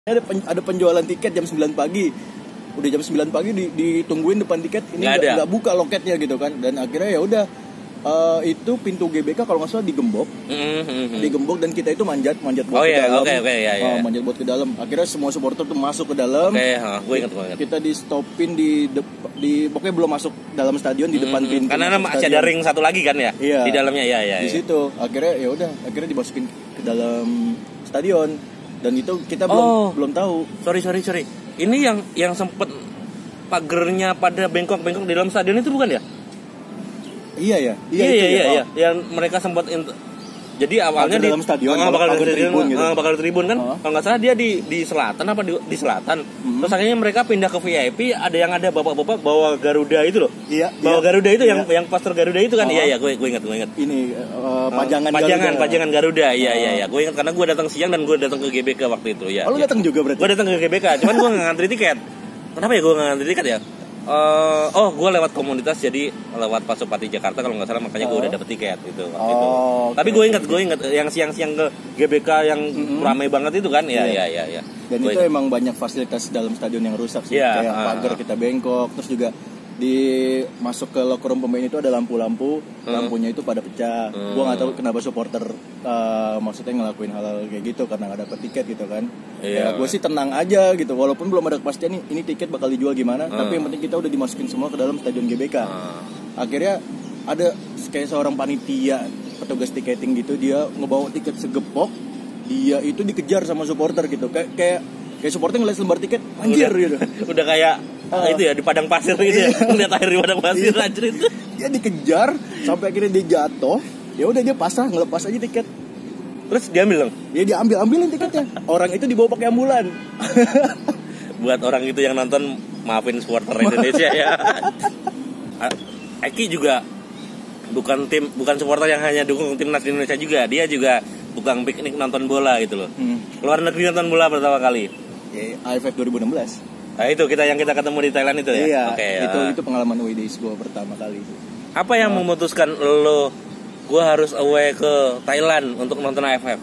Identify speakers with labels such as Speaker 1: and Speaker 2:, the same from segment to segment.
Speaker 1: ini ada pen- ada penjualan tiket jam 9 pagi udah jam 9 pagi di- ditungguin depan tiket ini
Speaker 2: Nggak
Speaker 1: nggak
Speaker 2: ada.
Speaker 1: nggak buka loketnya gitu kan dan akhirnya ya udah eh, itu pintu GBK kalau nggak salah digembok
Speaker 2: Mm, mm, mm.
Speaker 1: digembok dan kita itu manjat manjat buat
Speaker 2: Oh,
Speaker 1: ke
Speaker 2: iya,
Speaker 1: dalam
Speaker 2: oke, oke, iya, iya.
Speaker 1: Ah, manjat buat ke dalam akhirnya semua supporter tuh masuk ke dalam
Speaker 2: Oke, ha, gue inget gue inget.
Speaker 1: kita di stopin di dep- di pokoknya belum masuk dalam stadion di depan
Speaker 2: Mm,
Speaker 1: pintu
Speaker 2: Karena
Speaker 1: masuk
Speaker 2: masih
Speaker 1: stadion.
Speaker 2: ada ring satu lagi kan ya?
Speaker 1: Iya.
Speaker 2: Di dalamnya ya ya.
Speaker 1: di
Speaker 2: ya.
Speaker 1: situ akhirnya ya udah akhirnya dimasukin ke dalam stadion dan itu kita belum
Speaker 2: Oh.
Speaker 1: belum tahu
Speaker 2: Sorry sorry sorry. Ini yang yang sempet pagernya pada bengkok-bengkok di dalam stadion itu bukan ya?
Speaker 1: iya ya
Speaker 2: Iya
Speaker 1: itu
Speaker 2: iya iya.
Speaker 1: ya.
Speaker 2: iya. Yang mereka sempat int- jadi awalnya
Speaker 1: Pagar
Speaker 2: di
Speaker 1: dalam stadion,
Speaker 2: Ah, bakal
Speaker 1: pagar
Speaker 2: di stadion,
Speaker 1: tribun gitu.
Speaker 2: ah, bakal di tribun kan.
Speaker 1: Ah.
Speaker 2: Kalau nggak salah dia di di selatan apa di, di selatan.
Speaker 1: Mhm.
Speaker 2: Terus akhirnya mereka pindah ke VIP. Ada yang ada bapak-bapak bawa Garuda itu loh.
Speaker 1: iya iya.
Speaker 2: Bawa Garuda itu yang
Speaker 1: Iya.
Speaker 2: yang poster Garuda itu kan.
Speaker 1: Ah.
Speaker 2: Iya iya gue gue ingat gue ingat.
Speaker 1: ini eh, pajangan gitu
Speaker 2: pajangan
Speaker 1: Garuda.
Speaker 2: pajangan Garuda. Iya
Speaker 1: Ah.
Speaker 2: iya iya. Gue ingat karena gue datang siang dan gue datang ke GBK waktu itu ya.
Speaker 1: oh, lu
Speaker 2: ya.
Speaker 1: datang juga berarti
Speaker 2: Gue datang ke GBK, cuman gue nggak ngantri tiket. Kenapa ya gue nggak ngantri tiket ya? Eh, oh, gue lewat komunitas jadi lewat Pasopati Jakarta kalau nggak salah makanya gue
Speaker 1: Oh.
Speaker 2: udah dapet tiket gitu. waktu itu.
Speaker 1: oh oke.
Speaker 2: Tapi gue inget, gue inget eh, yang siang-siang ke GBK yang
Speaker 1: Mm-mm.
Speaker 2: ramai banget itu kan? Ya,
Speaker 1: Iya.
Speaker 2: ya, ya, ya.
Speaker 1: dan
Speaker 2: Gua
Speaker 1: itu
Speaker 2: inget.
Speaker 1: emang banyak fasilitas dalam stadion yang rusak sih
Speaker 2: Iya,
Speaker 1: kayak
Speaker 2: ah.
Speaker 1: pagar kita bengkok terus juga di masuk ke locker room pemain itu ada lampu-lampu lampunya itu pada pecah
Speaker 2: Hmm.
Speaker 1: gua nggak tahu kenapa supporter eh, maksudnya ngelakuin hal-hal kayak gitu karena nggak dapet tiket gitu kan ya
Speaker 2: Iya.
Speaker 1: gue sih tenang aja gitu walaupun belum ada kepastian nih ini tiket bakal dijual gimana
Speaker 2: Hmm.
Speaker 1: tapi yang penting kita udah dimasukin semua ke dalam stadion GBK
Speaker 2: Ah.
Speaker 1: akhirnya ada kayak seorang panitia petugas tiketing gitu dia ngebawa tiket segepok dia itu dikejar sama supporter gitu kayak kayak kayak supporter ngeliat lembar tiket anjir
Speaker 2: Iya.
Speaker 1: gitu
Speaker 2: udah kayak ah, itu ya di padang pasir gitu ya. Lihat air di padang pasir
Speaker 1: Iya.
Speaker 2: anjir itu.
Speaker 1: dia dikejar sampai akhirnya dia jatuh ya udah dia pasrah ngelepas aja tiket
Speaker 2: Terus diambil dong.
Speaker 1: ya diambil ambilin tiketnya orang itu dibawa pakai ambulan
Speaker 2: buat orang itu yang nonton maafin supporter Indonesia ya. A- Eki juga bukan tim bukan supporter yang hanya dukung timnas Indonesia juga. Dia juga tukang piknik nonton bola gitu loh. Keluar negeri nonton bola pertama kali.
Speaker 1: ya, AFF 2016
Speaker 2: Nah itu kita yang kita ketemu di Thailand itu ya.
Speaker 1: iya
Speaker 2: Oke.
Speaker 1: itu
Speaker 2: ah.
Speaker 1: itu pengalaman WDS gue pertama kali itu
Speaker 2: Apa yang memutuskan lo gue harus away ke Thailand untuk nonton AFF?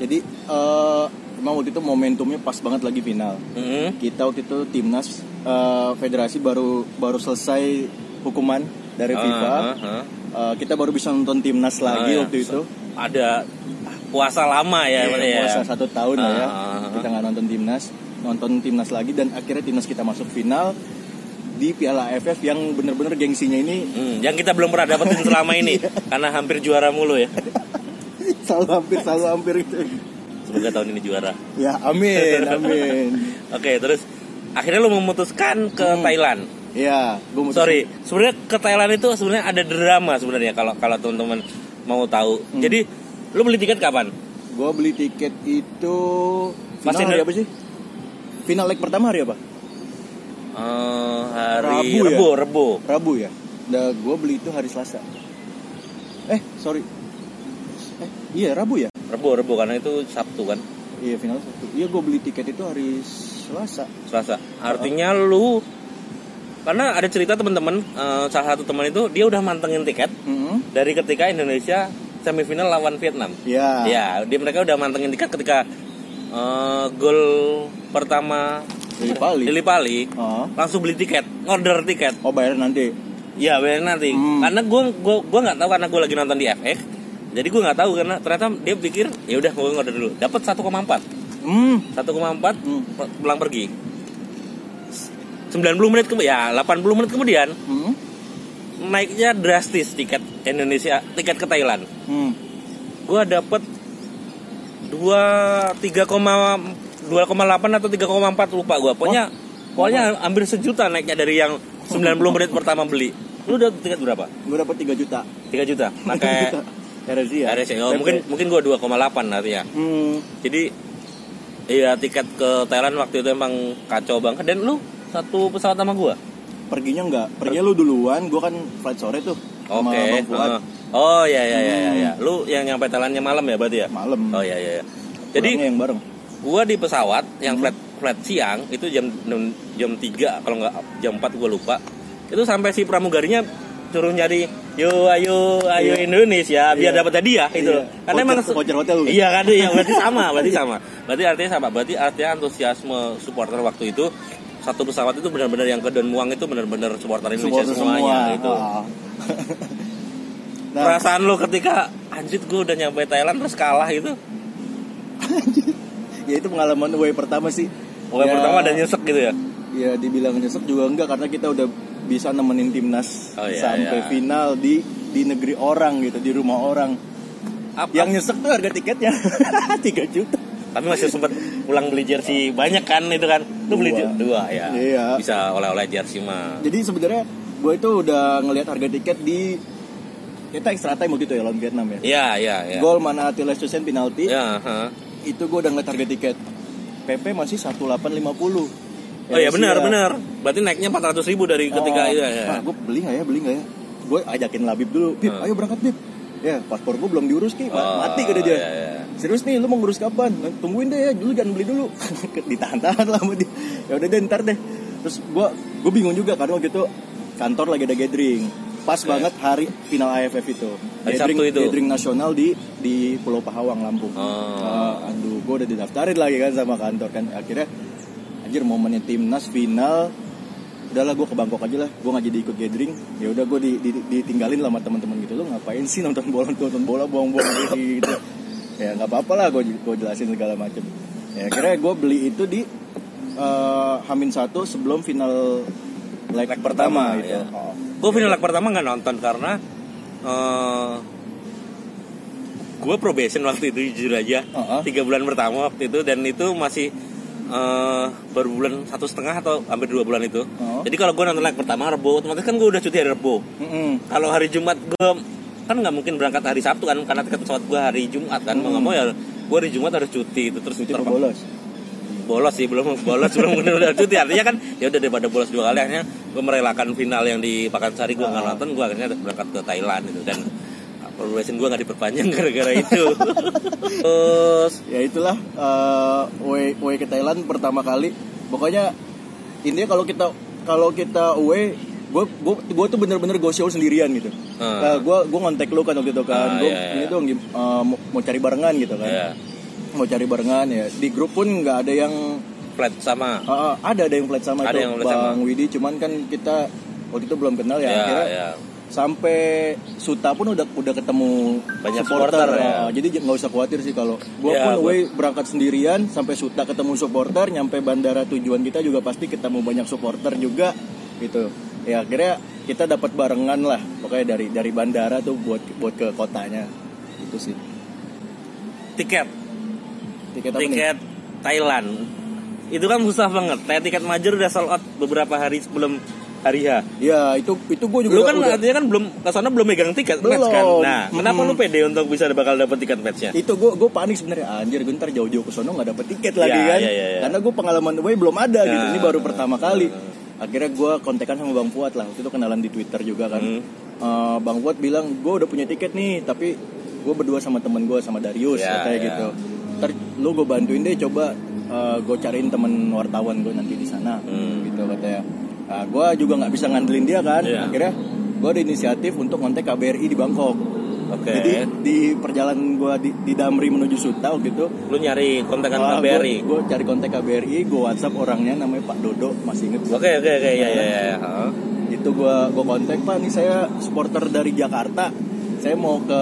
Speaker 1: jadi eh emang waktu itu momentumnya pas banget lagi final
Speaker 2: Mm-mm.
Speaker 1: kita waktu itu timnas eh, federasi baru baru selesai hukuman dari FIFA
Speaker 2: Ah, ah, ah.
Speaker 1: Eh, kita baru bisa nonton timnas lagi
Speaker 2: Ah, ya.
Speaker 1: waktu itu
Speaker 2: Ada puasa lama ya,
Speaker 1: Iya,
Speaker 2: berarti ya.
Speaker 1: puasa satu tahun lah ya
Speaker 2: Ah, ah, ah.
Speaker 1: kita nggak nonton timnas nonton timnas lagi dan akhirnya timnas kita masuk final di Piala AFF yang bener-bener gengsinya ini
Speaker 2: Hmm, yang kita belum pernah dapetin selama ini karena hampir juara mulu ya.
Speaker 1: selalu hampir selalu hampir gitu
Speaker 2: Semoga tahun ini juara.
Speaker 1: ya amin amin
Speaker 2: Oke, terus akhirnya lu Hmm. memutuskan ke Thailand.
Speaker 1: ya gue
Speaker 2: Sorry, sebenarnya ke Thailand itu sebenarnya ada drama sebenarnya kalau kalau teman-teman mau tahu. Jadi lu beli tiket kapan?
Speaker 1: gue beli tiket itu final
Speaker 2: Masih
Speaker 1: hari
Speaker 2: ada-
Speaker 1: apa sih final leg pertama hari apa
Speaker 2: Eh, hari
Speaker 1: Rabu ya?
Speaker 2: Rebo, Rebo.
Speaker 1: Rabu ya. Nah, gue beli itu hari Selasa. Eh, sorry. Eh, iya Rabu ya.
Speaker 2: Rebo, Rebo karena itu Sabtu kan,
Speaker 1: Iya final Sabtu. Iya gue beli tiket itu hari Selasa.
Speaker 2: Selasa. Artinya lu karena ada cerita teman-teman eh, salah satu teman itu dia udah mantengin tiket
Speaker 1: Mm-mm.
Speaker 2: dari ketika Indonesia semifinal lawan Vietnam.
Speaker 1: Iya.
Speaker 2: Ya, dia mereka udah mantengin tiket ketika eh, gol pertama
Speaker 1: Lili Pali.
Speaker 2: Lili Pali
Speaker 1: Oh.
Speaker 2: langsung beli tiket, order tiket.
Speaker 1: oh bayar nanti.
Speaker 2: Ya, benar nanti.
Speaker 1: Hmm.
Speaker 2: Karena gue gua gua nggak tahu karena gue lagi nonton di FX. Jadi gue nggak tahu karena ternyata dia pikir ya udah gue order dulu. Dapat 1,4.
Speaker 1: Hmm.
Speaker 2: 1,4
Speaker 1: Hmm.
Speaker 2: pe- pulang pergi. 90 menit kemudian, ya 80 menit kemudian
Speaker 1: Hmm.
Speaker 2: naiknya drastis tiket Indonesia, tiket ke Thailand.
Speaker 1: Hmm.
Speaker 2: gua dapet dua tiga koma dua koma delapan atau tiga koma empat lupa gua pokoknya pokoknya hampir sejuta naiknya dari yang 90 menit pertama beli lu udah tiket berapa
Speaker 1: Gue dapat 3 juta.
Speaker 2: 3 juta pakai
Speaker 1: RSI ya.
Speaker 2: RSI Eh. oh, mungkin mungkin gua 2,8 nanti ya
Speaker 1: Hmm.
Speaker 2: jadi iya tiket ke Thailand waktu itu emang kacau banget dan lu satu pesawat sama gua
Speaker 1: Perginya enggak. Perginya lu duluan. Gue kan flight sore tuh. Sama
Speaker 2: oke
Speaker 1: Bang Fuad.
Speaker 2: heeh. oh ya ya ya ya, ya. lu yang nyampe Thailandnya malam ya berarti ya
Speaker 1: Malam.
Speaker 2: oh ya ya, ya. jadi
Speaker 1: Pulangnya yang bareng.
Speaker 2: gua di pesawat yang
Speaker 1: Hmm.
Speaker 2: flat flat siang itu jam jam 3 kalau nggak jam 4 gua lupa itu sampai si pramugarinya suruh nyari yo ayo ayo
Speaker 1: Iya.
Speaker 2: Indonesia biar
Speaker 1: Iya.
Speaker 2: dapat hadiah gitu loh.
Speaker 1: Iya.
Speaker 2: Karena emang
Speaker 1: Voucher- voucher hotel lu.
Speaker 2: Iya kan iya berarti sama, berarti sama. Berarti artinya sama, berarti artinya antusiasme supporter waktu itu satu pesawat itu benar-benar yang ke Don Muang itu benar-benar supporter Indonesia
Speaker 1: Supporter
Speaker 2: semuanya
Speaker 1: semua
Speaker 2: itu.
Speaker 1: Ah. nah,
Speaker 2: Perasaan lo ketika anjir gue udah nyampe Thailand terus kalah gitu.
Speaker 1: ya itu pengalaman away pertama sih
Speaker 2: Oke
Speaker 1: Ya,
Speaker 2: pertama ada nyesek gitu ya.
Speaker 1: ya dibilang nyesek juga enggak karena kita udah bisa nemenin timnas
Speaker 2: Oh, iya,
Speaker 1: sampai
Speaker 2: iya.
Speaker 1: final di di negeri orang gitu di rumah orang
Speaker 2: Apa?
Speaker 1: yang nyesek tuh harga tiketnya 3 juta
Speaker 2: Tapi masih sempat pulang beli jersey banyak kan itu kan. Lu beli
Speaker 1: Dua.
Speaker 2: jer- dua ya.
Speaker 1: Iya.
Speaker 2: Bisa oleh-oleh jersey mah.
Speaker 1: jadi sebenarnya gue itu udah ngelihat harga tiket di kita extra time waktu itu ya lawan Vietnam ya
Speaker 2: Iya, iya, iya.
Speaker 1: gol mana Attila Stusen penalti
Speaker 2: Ya, ha.
Speaker 1: itu gue udah ngeliat harga tiket PP masih 1850
Speaker 2: Oh iya benar
Speaker 1: Asia.
Speaker 2: benar. Berarti naiknya 400 ribu dari ketika
Speaker 1: ya. Oh,
Speaker 2: itu ya.
Speaker 1: "Ah, gue beli nggak ya beli nggak ya gue ajakin labib dulu bib
Speaker 2: Hmm.
Speaker 1: ayo berangkat bib ya paspor gue belum diurus ki Ma-
Speaker 2: Oh,
Speaker 1: mati kata dia
Speaker 2: iya, iya.
Speaker 1: serius nih lu mau ngurus kapan Nah, tungguin deh ya dulu jangan beli dulu ditahan-tahan lah sama dia ya udah deh ntar deh terus gue gue bingung juga karena waktu itu kantor lagi ada gathering pas banget hari final AFF itu
Speaker 2: Iya. Hari Sabtu itu.
Speaker 1: gathering nasional di di Pulau Pahawang Lampung
Speaker 2: Oh.
Speaker 1: Ah, aduh, gue udah didaftarin lagi kan sama kantor kan. Akhirnya, anjir momennya timnas final, udahlah gue ke Bangkok aja lah. Gue nggak jadi ikut gathering. Ya udah gue di, di- ditinggalin lah sama teman-teman gitu. Lo ngapain sih nonton bola nonton bola buang-buang duit gitu? Ya nggak apa-apa lah. Gue gue jelasin segala macem. Ya, akhirnya gue beli itu di eh, Hamin satu sebelum final leg,
Speaker 2: Leg pertama,
Speaker 1: pertama, gitu.
Speaker 2: ya.
Speaker 1: Oh.
Speaker 2: Gue final leg pertama nggak nonton karena eh gue probation waktu itu jujur aja
Speaker 1: Uh-uh.
Speaker 2: tiga bulan pertama waktu itu dan itu masih eh baru bulan satu setengah atau hampir dua bulan itu.
Speaker 1: Uh-uh.
Speaker 2: Jadi kalau gue nonton leg pertama Rebo, otomatis kan gue udah cuti hari Rebo.
Speaker 1: Mm-mm.
Speaker 2: kalau hari Jumat gue kan nggak mungkin berangkat hari Sabtu kan karena tiket pesawat gue hari Jumat kan mau nggak mau ya gue hari Jumat harus cuti itu terus
Speaker 1: Cuti apa
Speaker 2: terpaksa-
Speaker 1: bolos.
Speaker 2: bolos sih belum bolos belum benar-benar cuti artinya kan ya udah daripada bolos dua kali akhirnya gue merelakan final yang di Pakansari gue nggak
Speaker 1: Ah.
Speaker 2: nonton gue akhirnya berangkat ke Thailand itu dan probation gue nggak diperpanjang gara-gara itu terus
Speaker 1: ya itulah eh away away ke Thailand pertama kali pokoknya intinya kalau kita kalau kita away gue gue tuh bener-bener go show sendirian gitu
Speaker 2: Ah.
Speaker 1: gue gue ngontek lu kan waktu itu kan
Speaker 2: Ah,
Speaker 1: Gua,
Speaker 2: iya, iya.
Speaker 1: ini dong gim- eh, mau, mau cari barengan gitu kan
Speaker 2: ya
Speaker 1: mau cari barengan ya di grup pun nggak ada yang
Speaker 2: flat sama
Speaker 1: ah, ah, ada ada yang flat sama
Speaker 2: Ada
Speaker 1: itu
Speaker 2: yang flat
Speaker 1: bang
Speaker 2: sama.
Speaker 1: Widi cuman kan kita waktu itu belum kenal ya,
Speaker 2: ya
Speaker 1: akhirnya
Speaker 2: ya
Speaker 1: sampai Suta pun udah udah ketemu
Speaker 2: Banyak supporter, ya.
Speaker 1: Nah, jadi j- nggak usah khawatir sih kalau gua
Speaker 2: Ya,
Speaker 1: pun
Speaker 2: gua-
Speaker 1: away berangkat sendirian sampai Suta ketemu supporter nyampe bandara tujuan kita juga pasti ketemu banyak supporter juga gitu ya akhirnya kita dapat barengan lah pokoknya dari dari bandara tuh buat buat ke kotanya itu sih
Speaker 2: tiket
Speaker 1: tiket apa nih
Speaker 2: tiket Thailand itu kan susah banget kayak tiket major udah sold out beberapa hari sebelum hari H
Speaker 1: ya itu itu gue juga
Speaker 2: lu kan
Speaker 1: udah-
Speaker 2: artinya kan belum kesana belum megang tiket match
Speaker 1: Belum.
Speaker 2: kan nah kenapa
Speaker 1: Mm-mm. Iya.
Speaker 2: lu pede untuk bisa bakal dapet tiket matchnya
Speaker 1: itu gue gue panik sebenarnya anjir gue ntar jauh-jauh ke sono nggak dapet tiket lagi
Speaker 2: Ya,
Speaker 1: kan
Speaker 2: ya, ya, ya.
Speaker 1: karena gue pengalaman gue belum ada gitu
Speaker 2: Ya.
Speaker 1: ini baru pertama kali
Speaker 2: ah.
Speaker 1: akhirnya gue kontekan sama bang Fuad lah waktu itu kenalan di twitter juga kan
Speaker 2: Hmm.
Speaker 1: Eh, bang Fuad bilang gue udah punya tiket nih tapi gue berdua sama temen gue sama Darius
Speaker 2: Ya,
Speaker 1: katanya
Speaker 2: ya.
Speaker 1: gitu ntar lu gue bantuin deh coba gue cariin temen wartawan gue nanti di sana
Speaker 2: Hmm.
Speaker 1: gitu katanya nah, gue juga nggak bisa ngandelin dia kan
Speaker 2: Ya.
Speaker 1: akhirnya gue ada inisiatif untuk kontak KBRI di Bangkok
Speaker 2: oke
Speaker 1: jadi di perjalanan gua di, di Damri menuju Suta gitu,
Speaker 2: lu nyari kontakan KBRI
Speaker 1: gue cari kontak KBRI, gue WhatsApp orangnya namanya Pak Dodo, masih inget gua.
Speaker 2: oke oke oke ya ya ya Hah?
Speaker 1: Itu gua gua kontak Pak, nih saya supporter dari Jakarta, saya mau ke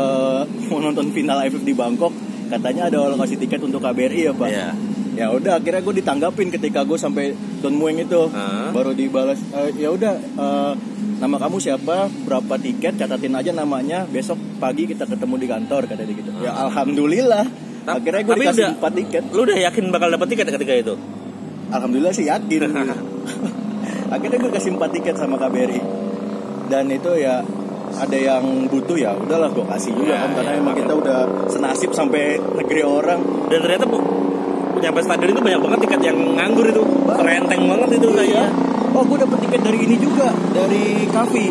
Speaker 1: mau nonton final AFF di Bangkok, katanya ada orang kasih tiket untuk KBRI ya Pak.
Speaker 2: Iya.
Speaker 1: Ya udah, akhirnya gue ditanggapin ketika gue sampai Don Mueng itu,
Speaker 2: Hah?
Speaker 1: baru dibalas, "Eh, ya udah. eh, nama kamu siapa berapa tiket catatin aja namanya besok pagi kita ketemu di kantor kata dia gitu ya alhamdulillah
Speaker 2: Ah. Ta-
Speaker 1: akhirnya gue
Speaker 2: tapi
Speaker 1: dikasih
Speaker 2: udah-
Speaker 1: empat tiket
Speaker 2: lu udah yakin bakal dapet tiket ketika itu
Speaker 1: alhamdulillah sih yakin akhirnya gue kasih empat tiket sama KBRI dan itu ya ada yang butuh ya udahlah gue kasih juga
Speaker 2: Ya,
Speaker 1: kan karena
Speaker 2: ya,
Speaker 1: emang kita udah senasib sampai negeri orang
Speaker 2: dan ternyata bu nyampe stadion itu banyak banget tiket yang nganggur itu renteng banget itu kayaknya
Speaker 1: oh gue dapet tiket dari ini juga dari Kavi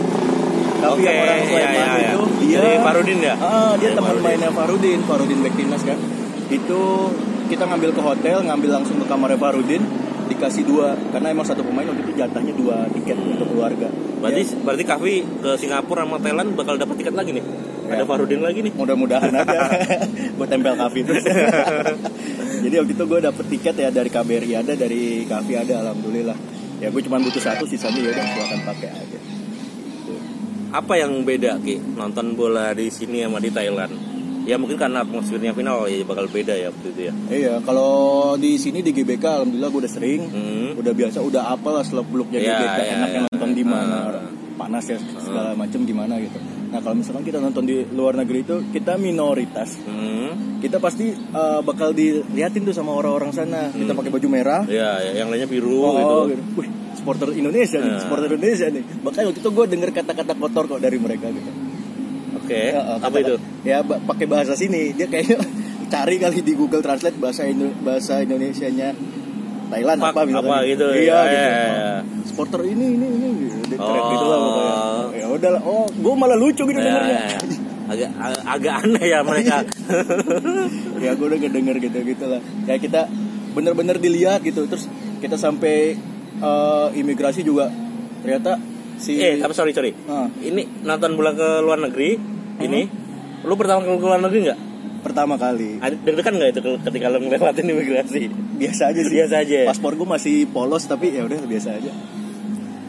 Speaker 1: Kavi yang orang Sleman
Speaker 2: ya, ya, ya.
Speaker 1: itu dia
Speaker 2: Jadi Farudin ya
Speaker 1: Ah, dia
Speaker 2: Dari
Speaker 1: teman
Speaker 2: Farudin.
Speaker 1: mainnya Farudin, Farudin back timnas kan. Itu kita ngambil ke hotel, ngambil langsung ke kamarnya Farudin. dikasih dua karena emang satu pemain waktu itu jatahnya dua tiket untuk keluarga
Speaker 2: Berarti
Speaker 1: Ya,
Speaker 2: berarti Kavi ke Singapura sama Thailand bakal dapat tiket lagi nih.
Speaker 1: Ya.
Speaker 2: Ada Farudin lagi nih.
Speaker 1: mudah-mudahan aja buat tempel Kavi terus jadi waktu itu gue dapet tiket ya dari KBRI ada dari Kavi ada alhamdulillah ya gue cuma butuh satu sisanya ya udah silakan pakai aja
Speaker 2: Apa yang beda Ki nonton bola di sini sama di Thailand? Ya mungkin karena atmosfernya final ya bakal beda ya waktu itu ya.
Speaker 1: Iya, kalau di sini di GBK alhamdulillah gue udah sering,
Speaker 2: Hmm.
Speaker 1: udah biasa, udah apal lah seluk beluknya
Speaker 2: Iya,
Speaker 1: GBK,
Speaker 2: iya,
Speaker 1: enaknya
Speaker 2: iya.
Speaker 1: nonton di mana,
Speaker 2: Ah.
Speaker 1: panas ya segala macam gimana gitu. Nah kalau misalkan kita nonton di luar negeri itu kita minoritas,
Speaker 2: Hmm.
Speaker 1: kita pasti eh, bakal diliatin tuh sama orang-orang sana. Kita pakai baju merah,
Speaker 2: Ya, ya, yang lainnya biru
Speaker 1: oh,
Speaker 2: gitu.
Speaker 1: gitu. Wih, supporter Indonesia nih,
Speaker 2: Ah.
Speaker 1: supporter Indonesia nih. Bahkan waktu itu gue denger kata-kata kotor kok dari mereka gitu.
Speaker 2: Oke.
Speaker 1: Ya, eh,
Speaker 2: Apa
Speaker 1: kata-
Speaker 2: itu?
Speaker 1: Ya ba- pakai bahasa sini. Dia kayaknya cari kali di Google Translate bahasa Indo bahasa Indonesianya Thailand
Speaker 2: Fuck,
Speaker 1: apa misalkan.
Speaker 2: apa gitu,
Speaker 1: Iya,
Speaker 2: ya,
Speaker 1: gitu.
Speaker 2: ya, ya.
Speaker 1: Supporter ini ini ini gitu. Dia teriak
Speaker 2: Oh.
Speaker 1: gitu lah pokoknya. Ya udahlah. Oh, gue malah lucu gitu
Speaker 2: Ya,
Speaker 1: dengernya.
Speaker 2: ya. agak ag- agak aneh ya mereka.
Speaker 1: ya gue udah kedenger gitu gitu lah. Kayak kita bener-bener dilihat gitu. Terus kita sampai eh, imigrasi juga ternyata si
Speaker 2: eh, tapi sorry, sorry.
Speaker 1: Ah,
Speaker 2: Ini nonton bola ke luar negeri ini lu pertama ke luar negeri nggak?
Speaker 1: pertama kali
Speaker 2: Ada deg-degan nggak itu ke- ketika lo ngelewatin imigrasi?
Speaker 1: biasa aja sih
Speaker 2: Biasa ya. aja.
Speaker 1: paspor gue masih polos tapi ya udah biasa aja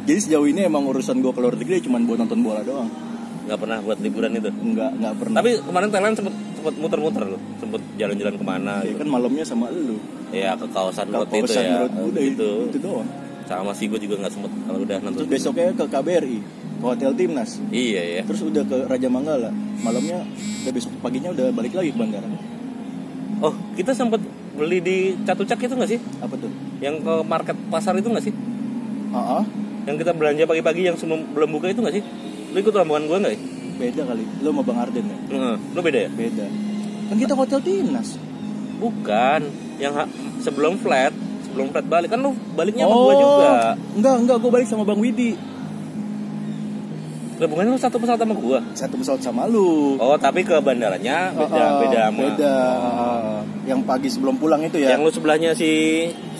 Speaker 1: jadi sejauh ini emang urusan gue keluar negeri cuma buat nonton bola doang
Speaker 2: Nggak pernah buat liburan itu.
Speaker 1: nggak nggak pernah
Speaker 2: Tapi kemarin Thailand sempet sempet muter-muter lo, sempet jalan-jalan kemana
Speaker 1: Ya
Speaker 2: gitu.
Speaker 1: kan malamnya sama lu
Speaker 2: Ya ke kawasan
Speaker 1: Kalau
Speaker 2: road itu
Speaker 1: urusan
Speaker 2: ya.
Speaker 1: menurut gue udah
Speaker 2: gitu.
Speaker 1: itu doang
Speaker 2: Sama sih gue juga nggak sempet kalau udah nonton.
Speaker 1: terus besoknya ke KBRI ke hotel timnas
Speaker 2: Iya ya.
Speaker 1: terus udah ke Raja Manggala malamnya udah besok paginya udah balik lagi ke bandara
Speaker 2: Oh kita sempet beli di Catucak itu nggak sih?
Speaker 1: apa tuh
Speaker 2: Yang ke market pasar itu nggak sih?
Speaker 1: ah ah,
Speaker 2: Yang kita belanja pagi-pagi yang sebelum belum buka itu nggak sih? Lu ikut rombongan gue nggak? ya?
Speaker 1: beda kali lu sama Bang Arden ya
Speaker 2: Heeh. Lu beda ya?
Speaker 1: beda kan kita hotel timnas
Speaker 2: Bukan. Yang ha- sebelum flat, sebelum flat balik kan lu baliknya sama gue juga.
Speaker 1: enggak enggak gue balik sama Bang Widi
Speaker 2: Rombongan lu satu pesawat sama gue.
Speaker 1: satu pesawat sama lu
Speaker 2: Oh, tapi ke bandaranya beda
Speaker 1: Ah, ah,
Speaker 2: beda sama.
Speaker 1: beda. Ah, yang pagi sebelum pulang itu ya
Speaker 2: Yang lu sebelahnya si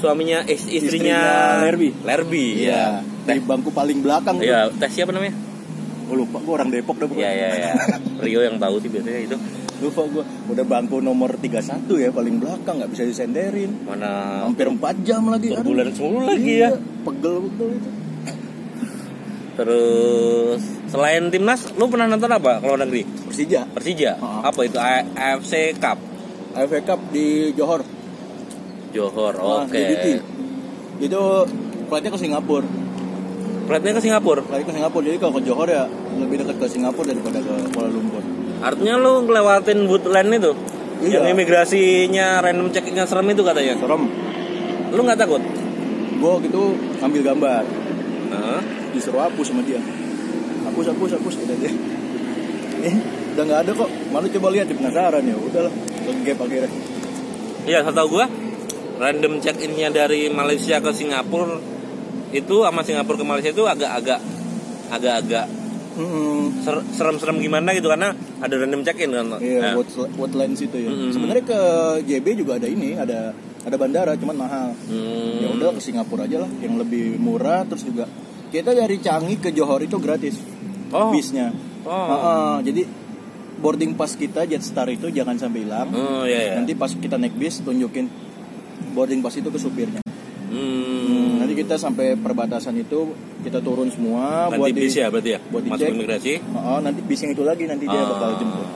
Speaker 2: suaminya eh, istrinya,
Speaker 1: Istrinya Lerby.
Speaker 2: Lerby,
Speaker 1: Iya,
Speaker 2: ya.
Speaker 1: di bangku paling belakang tuh.
Speaker 2: Iya, tes siapa namanya?
Speaker 1: Oh, lupa gue orang Depok dah
Speaker 2: Iya,
Speaker 1: pokoknya.
Speaker 2: iya, iya. Rio yang tahu sih biasanya itu.
Speaker 1: lupa gue udah bangku nomor 31 ya paling belakang nggak bisa disenderin
Speaker 2: Mana
Speaker 1: hampir 4 jam lagi Aduh,
Speaker 2: bulan semulu lagi ya.
Speaker 1: kan? iya, pegel betul itu
Speaker 2: Terus selain timnas, lu pernah nonton apa kalau negeri?
Speaker 1: Persija
Speaker 2: Persija.
Speaker 1: Oh.
Speaker 2: Apa itu? A- AFC Cup.
Speaker 1: AFC Cup di Johor
Speaker 2: Johor.
Speaker 1: sama
Speaker 2: Oke.
Speaker 1: DDT. itu flightnya ke Singapura
Speaker 2: Flightnya ke Singapura.
Speaker 1: flight ke Singapura jadi kalau ke Johor ya lebih dekat ke Singapura daripada ke Kuala Lumpur
Speaker 2: Artinya lu ngelewatin bootland itu.
Speaker 1: Iya.
Speaker 2: Yang imigrasinya random check-innya Ya, serem itu katanya.
Speaker 1: serem
Speaker 2: Lu nggak takut?
Speaker 1: gue gitu ambil gambar
Speaker 2: Hah?
Speaker 1: disuruh hapus sama dia hapus hapus hapus udah dia eh udah nggak ada kok malu coba lihat ya penasaran ya udahlah kegep akhirnya
Speaker 2: Iya, setahu gua random check-innya dari Malaysia ke Singapura itu sama Singapura ke Malaysia itu agak-agak agak-agak
Speaker 1: Mm-mm.
Speaker 2: ser- serem-serem gimana gitu karena ada random check-in kan.
Speaker 1: iya
Speaker 2: Nah,
Speaker 1: what, what lines itu ya
Speaker 2: Mm-mm.
Speaker 1: sebenarnya ke JB juga ada ini ada ada bandara cuman mahal
Speaker 2: hmm,
Speaker 1: ya udah ke Singapura aja lah yang lebih murah terus juga kita dari Changi ke Johor itu gratis
Speaker 2: Oh.
Speaker 1: bisnya
Speaker 2: Oh.
Speaker 1: Ah, ah, jadi boarding pass kita Jetstar itu jangan sampai hilang
Speaker 2: Oh iya ya.
Speaker 1: nanti pas kita naik bis tunjukin boarding pass itu ke supirnya
Speaker 2: Hmm.
Speaker 1: Nanti kita sampai perbatasan itu kita turun semua
Speaker 2: Ganti bis
Speaker 1: di,
Speaker 2: ya berarti ya.
Speaker 1: buat
Speaker 2: Masuk
Speaker 1: dicek.
Speaker 2: imigrasi.
Speaker 1: Oh, nanti bis yang itu lagi nanti dia
Speaker 2: Ah.
Speaker 1: bakal jemput.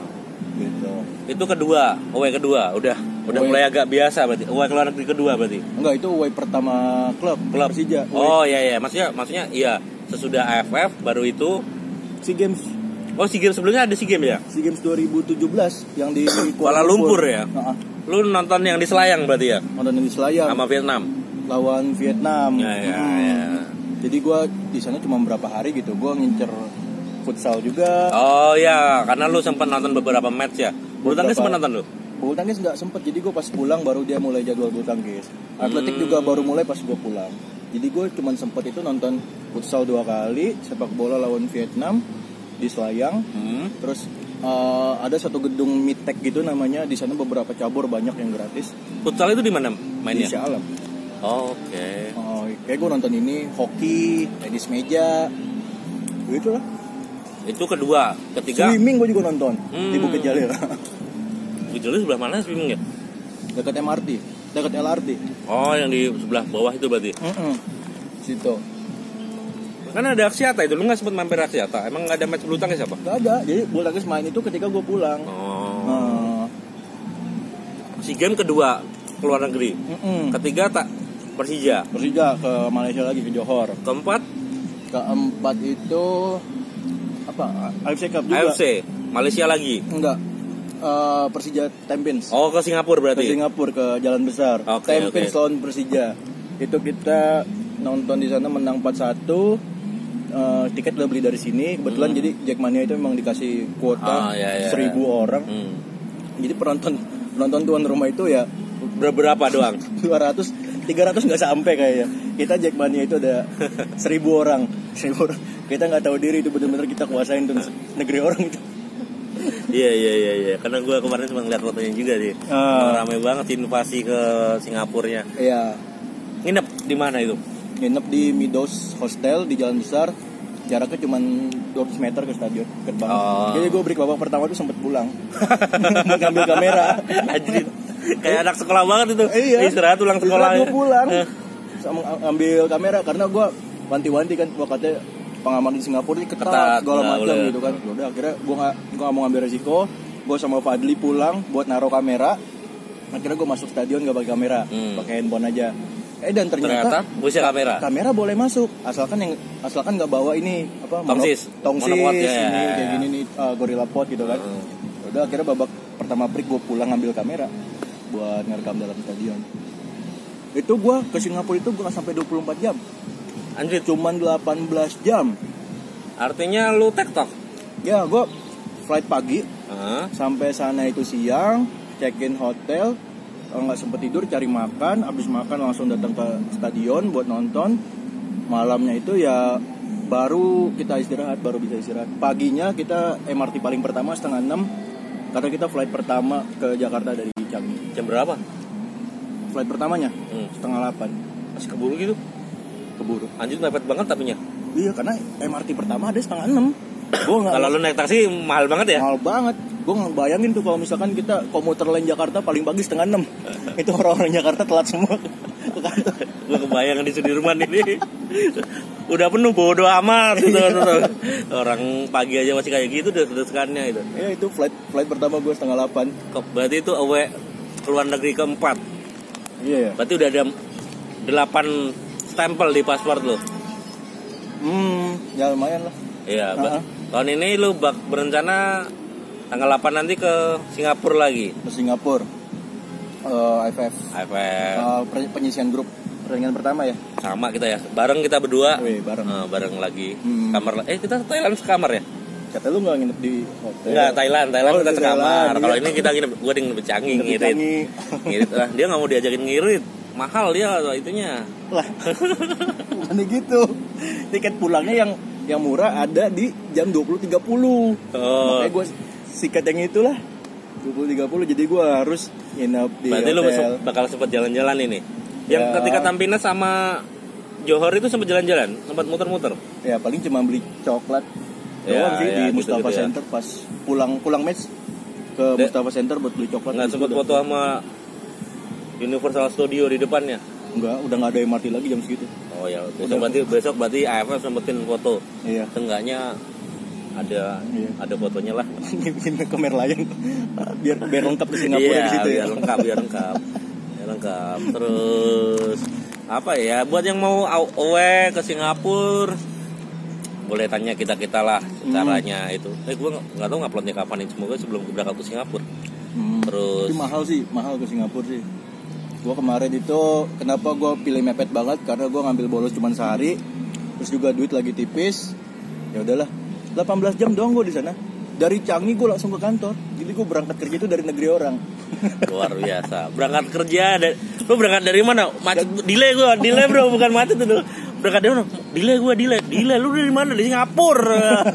Speaker 1: Gitu.
Speaker 2: Itu kedua, away kedua, udah udah
Speaker 1: Away.
Speaker 2: mulai agak biasa berarti. Away keluar negeri kedua berarti.
Speaker 1: Enggak itu way pertama klub,
Speaker 2: Klub.
Speaker 1: Persija. Way
Speaker 2: Oh iya iya, maksudnya maksudnya iya sesudah AFF baru itu
Speaker 1: SEA Games
Speaker 2: Oh, SEA Games sebelumnya ada SEA Games ya?
Speaker 1: SEA Games 2017 yang di
Speaker 2: Kuala Lumpur ya?
Speaker 1: Heeh.
Speaker 2: Lu nonton yang di Selayang berarti ya?
Speaker 1: nonton di Selayang
Speaker 2: Sama Vietnam.
Speaker 1: lawan Vietnam.
Speaker 2: Ya ya
Speaker 1: Hmm.
Speaker 2: ya.
Speaker 1: Jadi gua di sana cuma berapa hari gitu. Gua ngincer futsal juga.
Speaker 2: Oh ya, karena lu sempat nonton beberapa match ya. Bulu
Speaker 1: Beberapa.
Speaker 2: tangkis sempat nonton lu?
Speaker 1: Bulu tangkis nggak sempet, jadi gue pas pulang baru dia mulai jadwal bulu tangkis. Atletik juga
Speaker 2: Hmm.
Speaker 1: baru mulai pas gue pulang. Jadi gue cuman sempet itu nonton futsal dua kali, sepak bola lawan Vietnam di Selayang.
Speaker 2: Hmm.
Speaker 1: Terus eh, ada satu gedung mitek gitu namanya, di sana beberapa cabur banyak yang gratis.
Speaker 2: Futsal itu di mana
Speaker 1: Di
Speaker 2: mainnya?
Speaker 1: Insya Alam.
Speaker 2: Oke.
Speaker 1: Oh, kayak gue nonton ini hoki, tenis meja, gitu lah.
Speaker 2: Itu kedua, ketiga.
Speaker 1: Swimming gue juga nonton di
Speaker 2: Hmm.
Speaker 1: Bukit Jalil,
Speaker 2: Gejolnya sebelah mana swimming ya?
Speaker 1: dekat MRT, dekat LRT.
Speaker 2: Oh, yang di sebelah bawah itu berarti.
Speaker 1: Mm-mm. Situ.
Speaker 2: Kan ada Aksiata itu, lu nggak sempat mampir Aksiata. Emang nggak ada match bulu tangkis apa?
Speaker 1: Gak ada. Jadi bulu tangkis main itu ketika gue pulang. Nah,
Speaker 2: Oh. Si game kedua keluar negeri.
Speaker 1: mm-mm.
Speaker 2: Ketiga tak Persija.
Speaker 1: Persija ke Malaysia lagi ke Johor.
Speaker 2: Keempat
Speaker 1: Keempat itu apa? AFC Cup juga.
Speaker 2: AFC Malaysia lagi.
Speaker 1: Enggak. Eh, Persija Champions.
Speaker 2: Oh ke Singapura
Speaker 1: ke
Speaker 2: berarti.
Speaker 1: Singapura ke Jalan Besar.
Speaker 2: Oke,
Speaker 1: Champions
Speaker 2: oke.
Speaker 1: lawan Persija. Itu kita nonton di sana menang 4-1. Eh, tiket udah beli dari sini. Kebetulan jadi Jackmania itu memang dikasih
Speaker 2: Hmm. Ah,
Speaker 1: kuota
Speaker 2: iya, iya.
Speaker 1: 1000 orang.
Speaker 2: Hmm.
Speaker 1: Jadi penonton penonton tuan rumah itu ya
Speaker 2: Berberapa doang?
Speaker 1: 200 300 nggak sampai kayaknya. Kita Jackmania itu ada 1000 orang. 1000 orang. Kita nggak tahu diri itu benar-benar kita kuasain tuh negeri orang itu.
Speaker 2: Iya iya iya iya. Karena gue kemarin cuma ngeliat fotonya juga sih. Emang
Speaker 1: Ah.
Speaker 2: Ramai banget invasi ke Singapurnya.
Speaker 1: Iya.
Speaker 2: Nginep di mana itu?
Speaker 1: nginep di Midos Hostel di Jalan Besar jaraknya cuma 200 meter ke stadion ke depan.
Speaker 2: Oh.
Speaker 1: jadi gue break babak pertama tuh sempet pulang mau ngambil kamera
Speaker 2: Anjir. Kayak anak sekolah banget itu.
Speaker 1: Iya.
Speaker 2: Istirahat ulang sekolah.
Speaker 1: gue pulang
Speaker 2: Eh,
Speaker 1: sama ngambil kamera karena gue wanti-wanti kan gue katanya pengamanan di Singapura ini ketat,
Speaker 2: Ketat,
Speaker 1: segala
Speaker 2: nggak
Speaker 1: macam
Speaker 2: boleh.
Speaker 1: gitu kan Ya udah akhirnya gue gak, gua nggak mau ngambil resiko gue sama Fadli pulang buat naruh kamera akhirnya gue masuk stadion gak pakai kamera
Speaker 2: Hmm.
Speaker 1: pakai handphone aja eh dan
Speaker 2: Ternyata punya kamera.
Speaker 1: kamera boleh masuk asalkan yang asalkan nggak bawa ini apa mono-
Speaker 2: Tongsis.
Speaker 1: tongsis
Speaker 2: Monopod, ya, ya,
Speaker 1: ini
Speaker 2: ya.
Speaker 1: kayak gini nih uh, gorilla pot gitu kan
Speaker 2: Hmm.
Speaker 1: udah akhirnya babak pertama break gue pulang ngambil kamera buat ngerekam dalam stadion itu gue ke Singapura itu gue sampai 24 jam Ya,
Speaker 2: Anjir.
Speaker 1: cuman 18 jam
Speaker 2: Artinya lu tektok.
Speaker 1: ya gue flight pagi
Speaker 2: Heeh.
Speaker 1: sampai sana itu siang check in hotel eh, nggak sempet tidur cari makan abis makan langsung datang ke stadion buat nonton malamnya itu ya baru kita istirahat baru bisa istirahat paginya kita MRT paling pertama setengah enam karena kita flight pertama ke Jakarta dari Canggih
Speaker 2: Jam berapa?
Speaker 1: flight pertamanya
Speaker 2: Hmm.
Speaker 1: setengah delapan
Speaker 2: Masih keburu gitu.
Speaker 1: keburu
Speaker 2: Anjir mepet banget tapinya.
Speaker 1: iya karena MRT pertama ada setengah enam gue nggak
Speaker 2: Kalau lu naik taksi mahal banget ya.
Speaker 1: mahal banget gue bayangin tuh kalau misalkan kita komuter lain Jakarta paling pagi setengah enam itu orang-orang Jakarta telat semua ke kantor
Speaker 2: Gue kebayang di Sudirman ini. Udah penuh bodo amat gitu.
Speaker 1: Iya.
Speaker 2: Orang pagi aja masih kayak gitu udah kedekannya itu.
Speaker 1: ya itu flight flight pertama gue setengah delapan
Speaker 2: Ke- Berarti itu away keluar negeri keempat.
Speaker 1: iya ya
Speaker 2: Berarti udah ada 8 stempel di paspor lu.
Speaker 1: hmm ya lumayan lah
Speaker 2: Iya, Mbak.
Speaker 1: Ha-ha.
Speaker 2: Tahun ini lu bak berencana tanggal 8 nanti ke Singapura lagi.
Speaker 1: ke Singapura Eh, IFF
Speaker 2: AFF.
Speaker 1: Eh, per- penyisian grup pertandingan pertama ya
Speaker 2: Sama kita ya. Bareng kita berdua.
Speaker 1: Weh, bareng
Speaker 2: Eh, bareng lagi.
Speaker 1: Iya. Hmm.
Speaker 2: Kamar la- eh kita Thailand sekamar ya?
Speaker 1: kata lu nggak nginep di hotel
Speaker 2: Enggak, Thailand, Thailand
Speaker 1: Oh,
Speaker 2: kita
Speaker 1: di
Speaker 2: sekamar.
Speaker 1: Thailand,
Speaker 2: Kalau
Speaker 1: iya.
Speaker 2: ini kita gini, gua ada yang lebih canggih
Speaker 1: Nginep di
Speaker 2: ngirit.
Speaker 1: Canggih.
Speaker 2: Ngirit. Lah, dia nggak mau diajakin ngirit. Mahal dia itunya.
Speaker 1: lah bukan gitu tiket pulangnya yang yang murah ada di jam 20.30
Speaker 2: Oh.
Speaker 1: Makanya gue sikat yang itulah 20-30 jadi gue harus nginep di
Speaker 2: Berarti lu
Speaker 1: hotel
Speaker 2: besok bakal sempat jalan-jalan ini. Yang
Speaker 1: Ya.
Speaker 2: ketika Tampines sama Johor itu sempat jalan-jalan, sempat muter-muter.
Speaker 1: Ya paling cuma beli coklat
Speaker 2: Ya,
Speaker 1: doang sih
Speaker 2: ya,
Speaker 1: di
Speaker 2: gitu-gitu
Speaker 1: Mustafa
Speaker 2: ya.
Speaker 1: Center pas pulang pulang match ke
Speaker 2: Dek.
Speaker 1: Mustafa Center buat beli coklat
Speaker 2: Nggak
Speaker 1: Habis
Speaker 2: sempat
Speaker 1: itu udah-
Speaker 2: foto sama Universal Studio di depannya.
Speaker 1: Nggak, udah nggak ada MRT lagi jam segitu
Speaker 2: Oh ya, besok berarti besok berarti AFF sempetin foto.
Speaker 1: Iya
Speaker 2: Tenggaknya ada
Speaker 1: Iya.
Speaker 2: ada fotonya lah.
Speaker 1: bikin ke Merlion biar biar lengkap di Singapura
Speaker 2: Iya,
Speaker 1: di situ ya
Speaker 2: biar lengkap, biar lengkap. Biar lengkap. Terus apa ya? Buat yang mau au- away ke Singapura boleh tanya kita kita lah
Speaker 1: Hmm.
Speaker 2: caranya itu. Eh gue nggak tahu nguploadnya kapan ini. Semoga sebelum gue berangkat ke Singapura.
Speaker 1: Hmm.
Speaker 2: Terus
Speaker 1: Tapi mahal sih, mahal ke Singapura sih. Gue kemarin itu kenapa gue pilih mepet banget karena gue ngambil bolos cuma sehari, terus juga duit lagi tipis. Ya udahlah, 18 jam doang gue di sana. Dari Changi gue langsung ke kantor, jadi gue berangkat kerja itu dari negeri orang.
Speaker 2: luar biasa. Berangkat kerja dan lu berangkat dari mana? Macet delay gue, delay bro, bukan macet itu. Berangkat dari mana? Delay gue, delay, delay. Lu dari mana? Dari Singapura.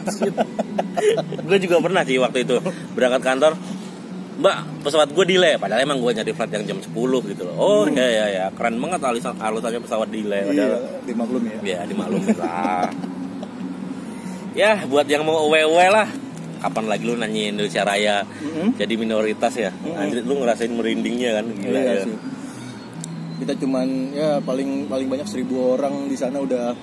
Speaker 2: gue juga pernah sih waktu itu berangkat kantor. Mbak, pesawat gue delay. Padahal emang gue nyari flight yang jam 10 gitu loh. Oh, iya iya ya. Keren banget alasan alasannya pesawat delay. Padahal
Speaker 1: Iya, dimaklum ya.
Speaker 2: ya dimaklumin lah. ya, buat yang mau OWW lah. Kapan lagi lu nanyain Indonesia Raya
Speaker 1: Mm-mm.
Speaker 2: jadi minoritas ya?
Speaker 1: Mm-mm.
Speaker 2: Anjir, lu ngerasain merindingnya kan? Gila
Speaker 1: Mm-hmm. Iya
Speaker 2: ya.
Speaker 1: sih. Kita cuman ya paling paling banyak seribu orang di sana udah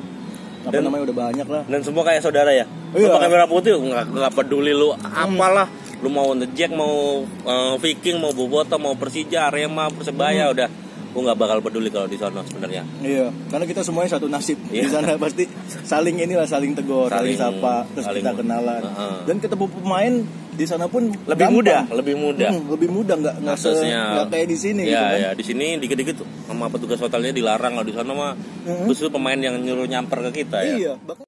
Speaker 1: apa
Speaker 2: Dan-
Speaker 1: namanya udah banyak lah.
Speaker 2: Dan semua kayak saudara ya. Lu
Speaker 1: Iya. Mm.
Speaker 2: pakai merah putih nggak nggak peduli lu apalah. Lu mau The Jack, mau eh, Viking, mau Boboto, mau Persija, Arema, Persebaya
Speaker 1: Mm-hmm.
Speaker 2: udah. Lu nggak bakal peduli kalau di sana sebenarnya.
Speaker 1: Iya, karena kita semuanya satu nasib di
Speaker 2: Iya.
Speaker 1: sana pasti saling inilah saling tegur, saling,
Speaker 2: Saling-
Speaker 1: sapa, terus
Speaker 2: saling-
Speaker 1: kita kenalan.
Speaker 2: Heeh.
Speaker 1: Dan ketemu pemain di sana pun
Speaker 2: Lebih
Speaker 1: gampang.
Speaker 2: mudah, lebih mudah.
Speaker 1: Hmm, lebih mudah nggak nggak se-
Speaker 2: Aksesnya.
Speaker 1: nggak kayak di sini
Speaker 2: Iya,
Speaker 1: gitu kan.
Speaker 2: ya, di sini dikit-dikit sama petugas hotelnya dilarang kalau di sana mah
Speaker 1: Mhm.
Speaker 2: justru pemain yang nyuruh nyamper ke kita ya.
Speaker 1: Iya, bahkan-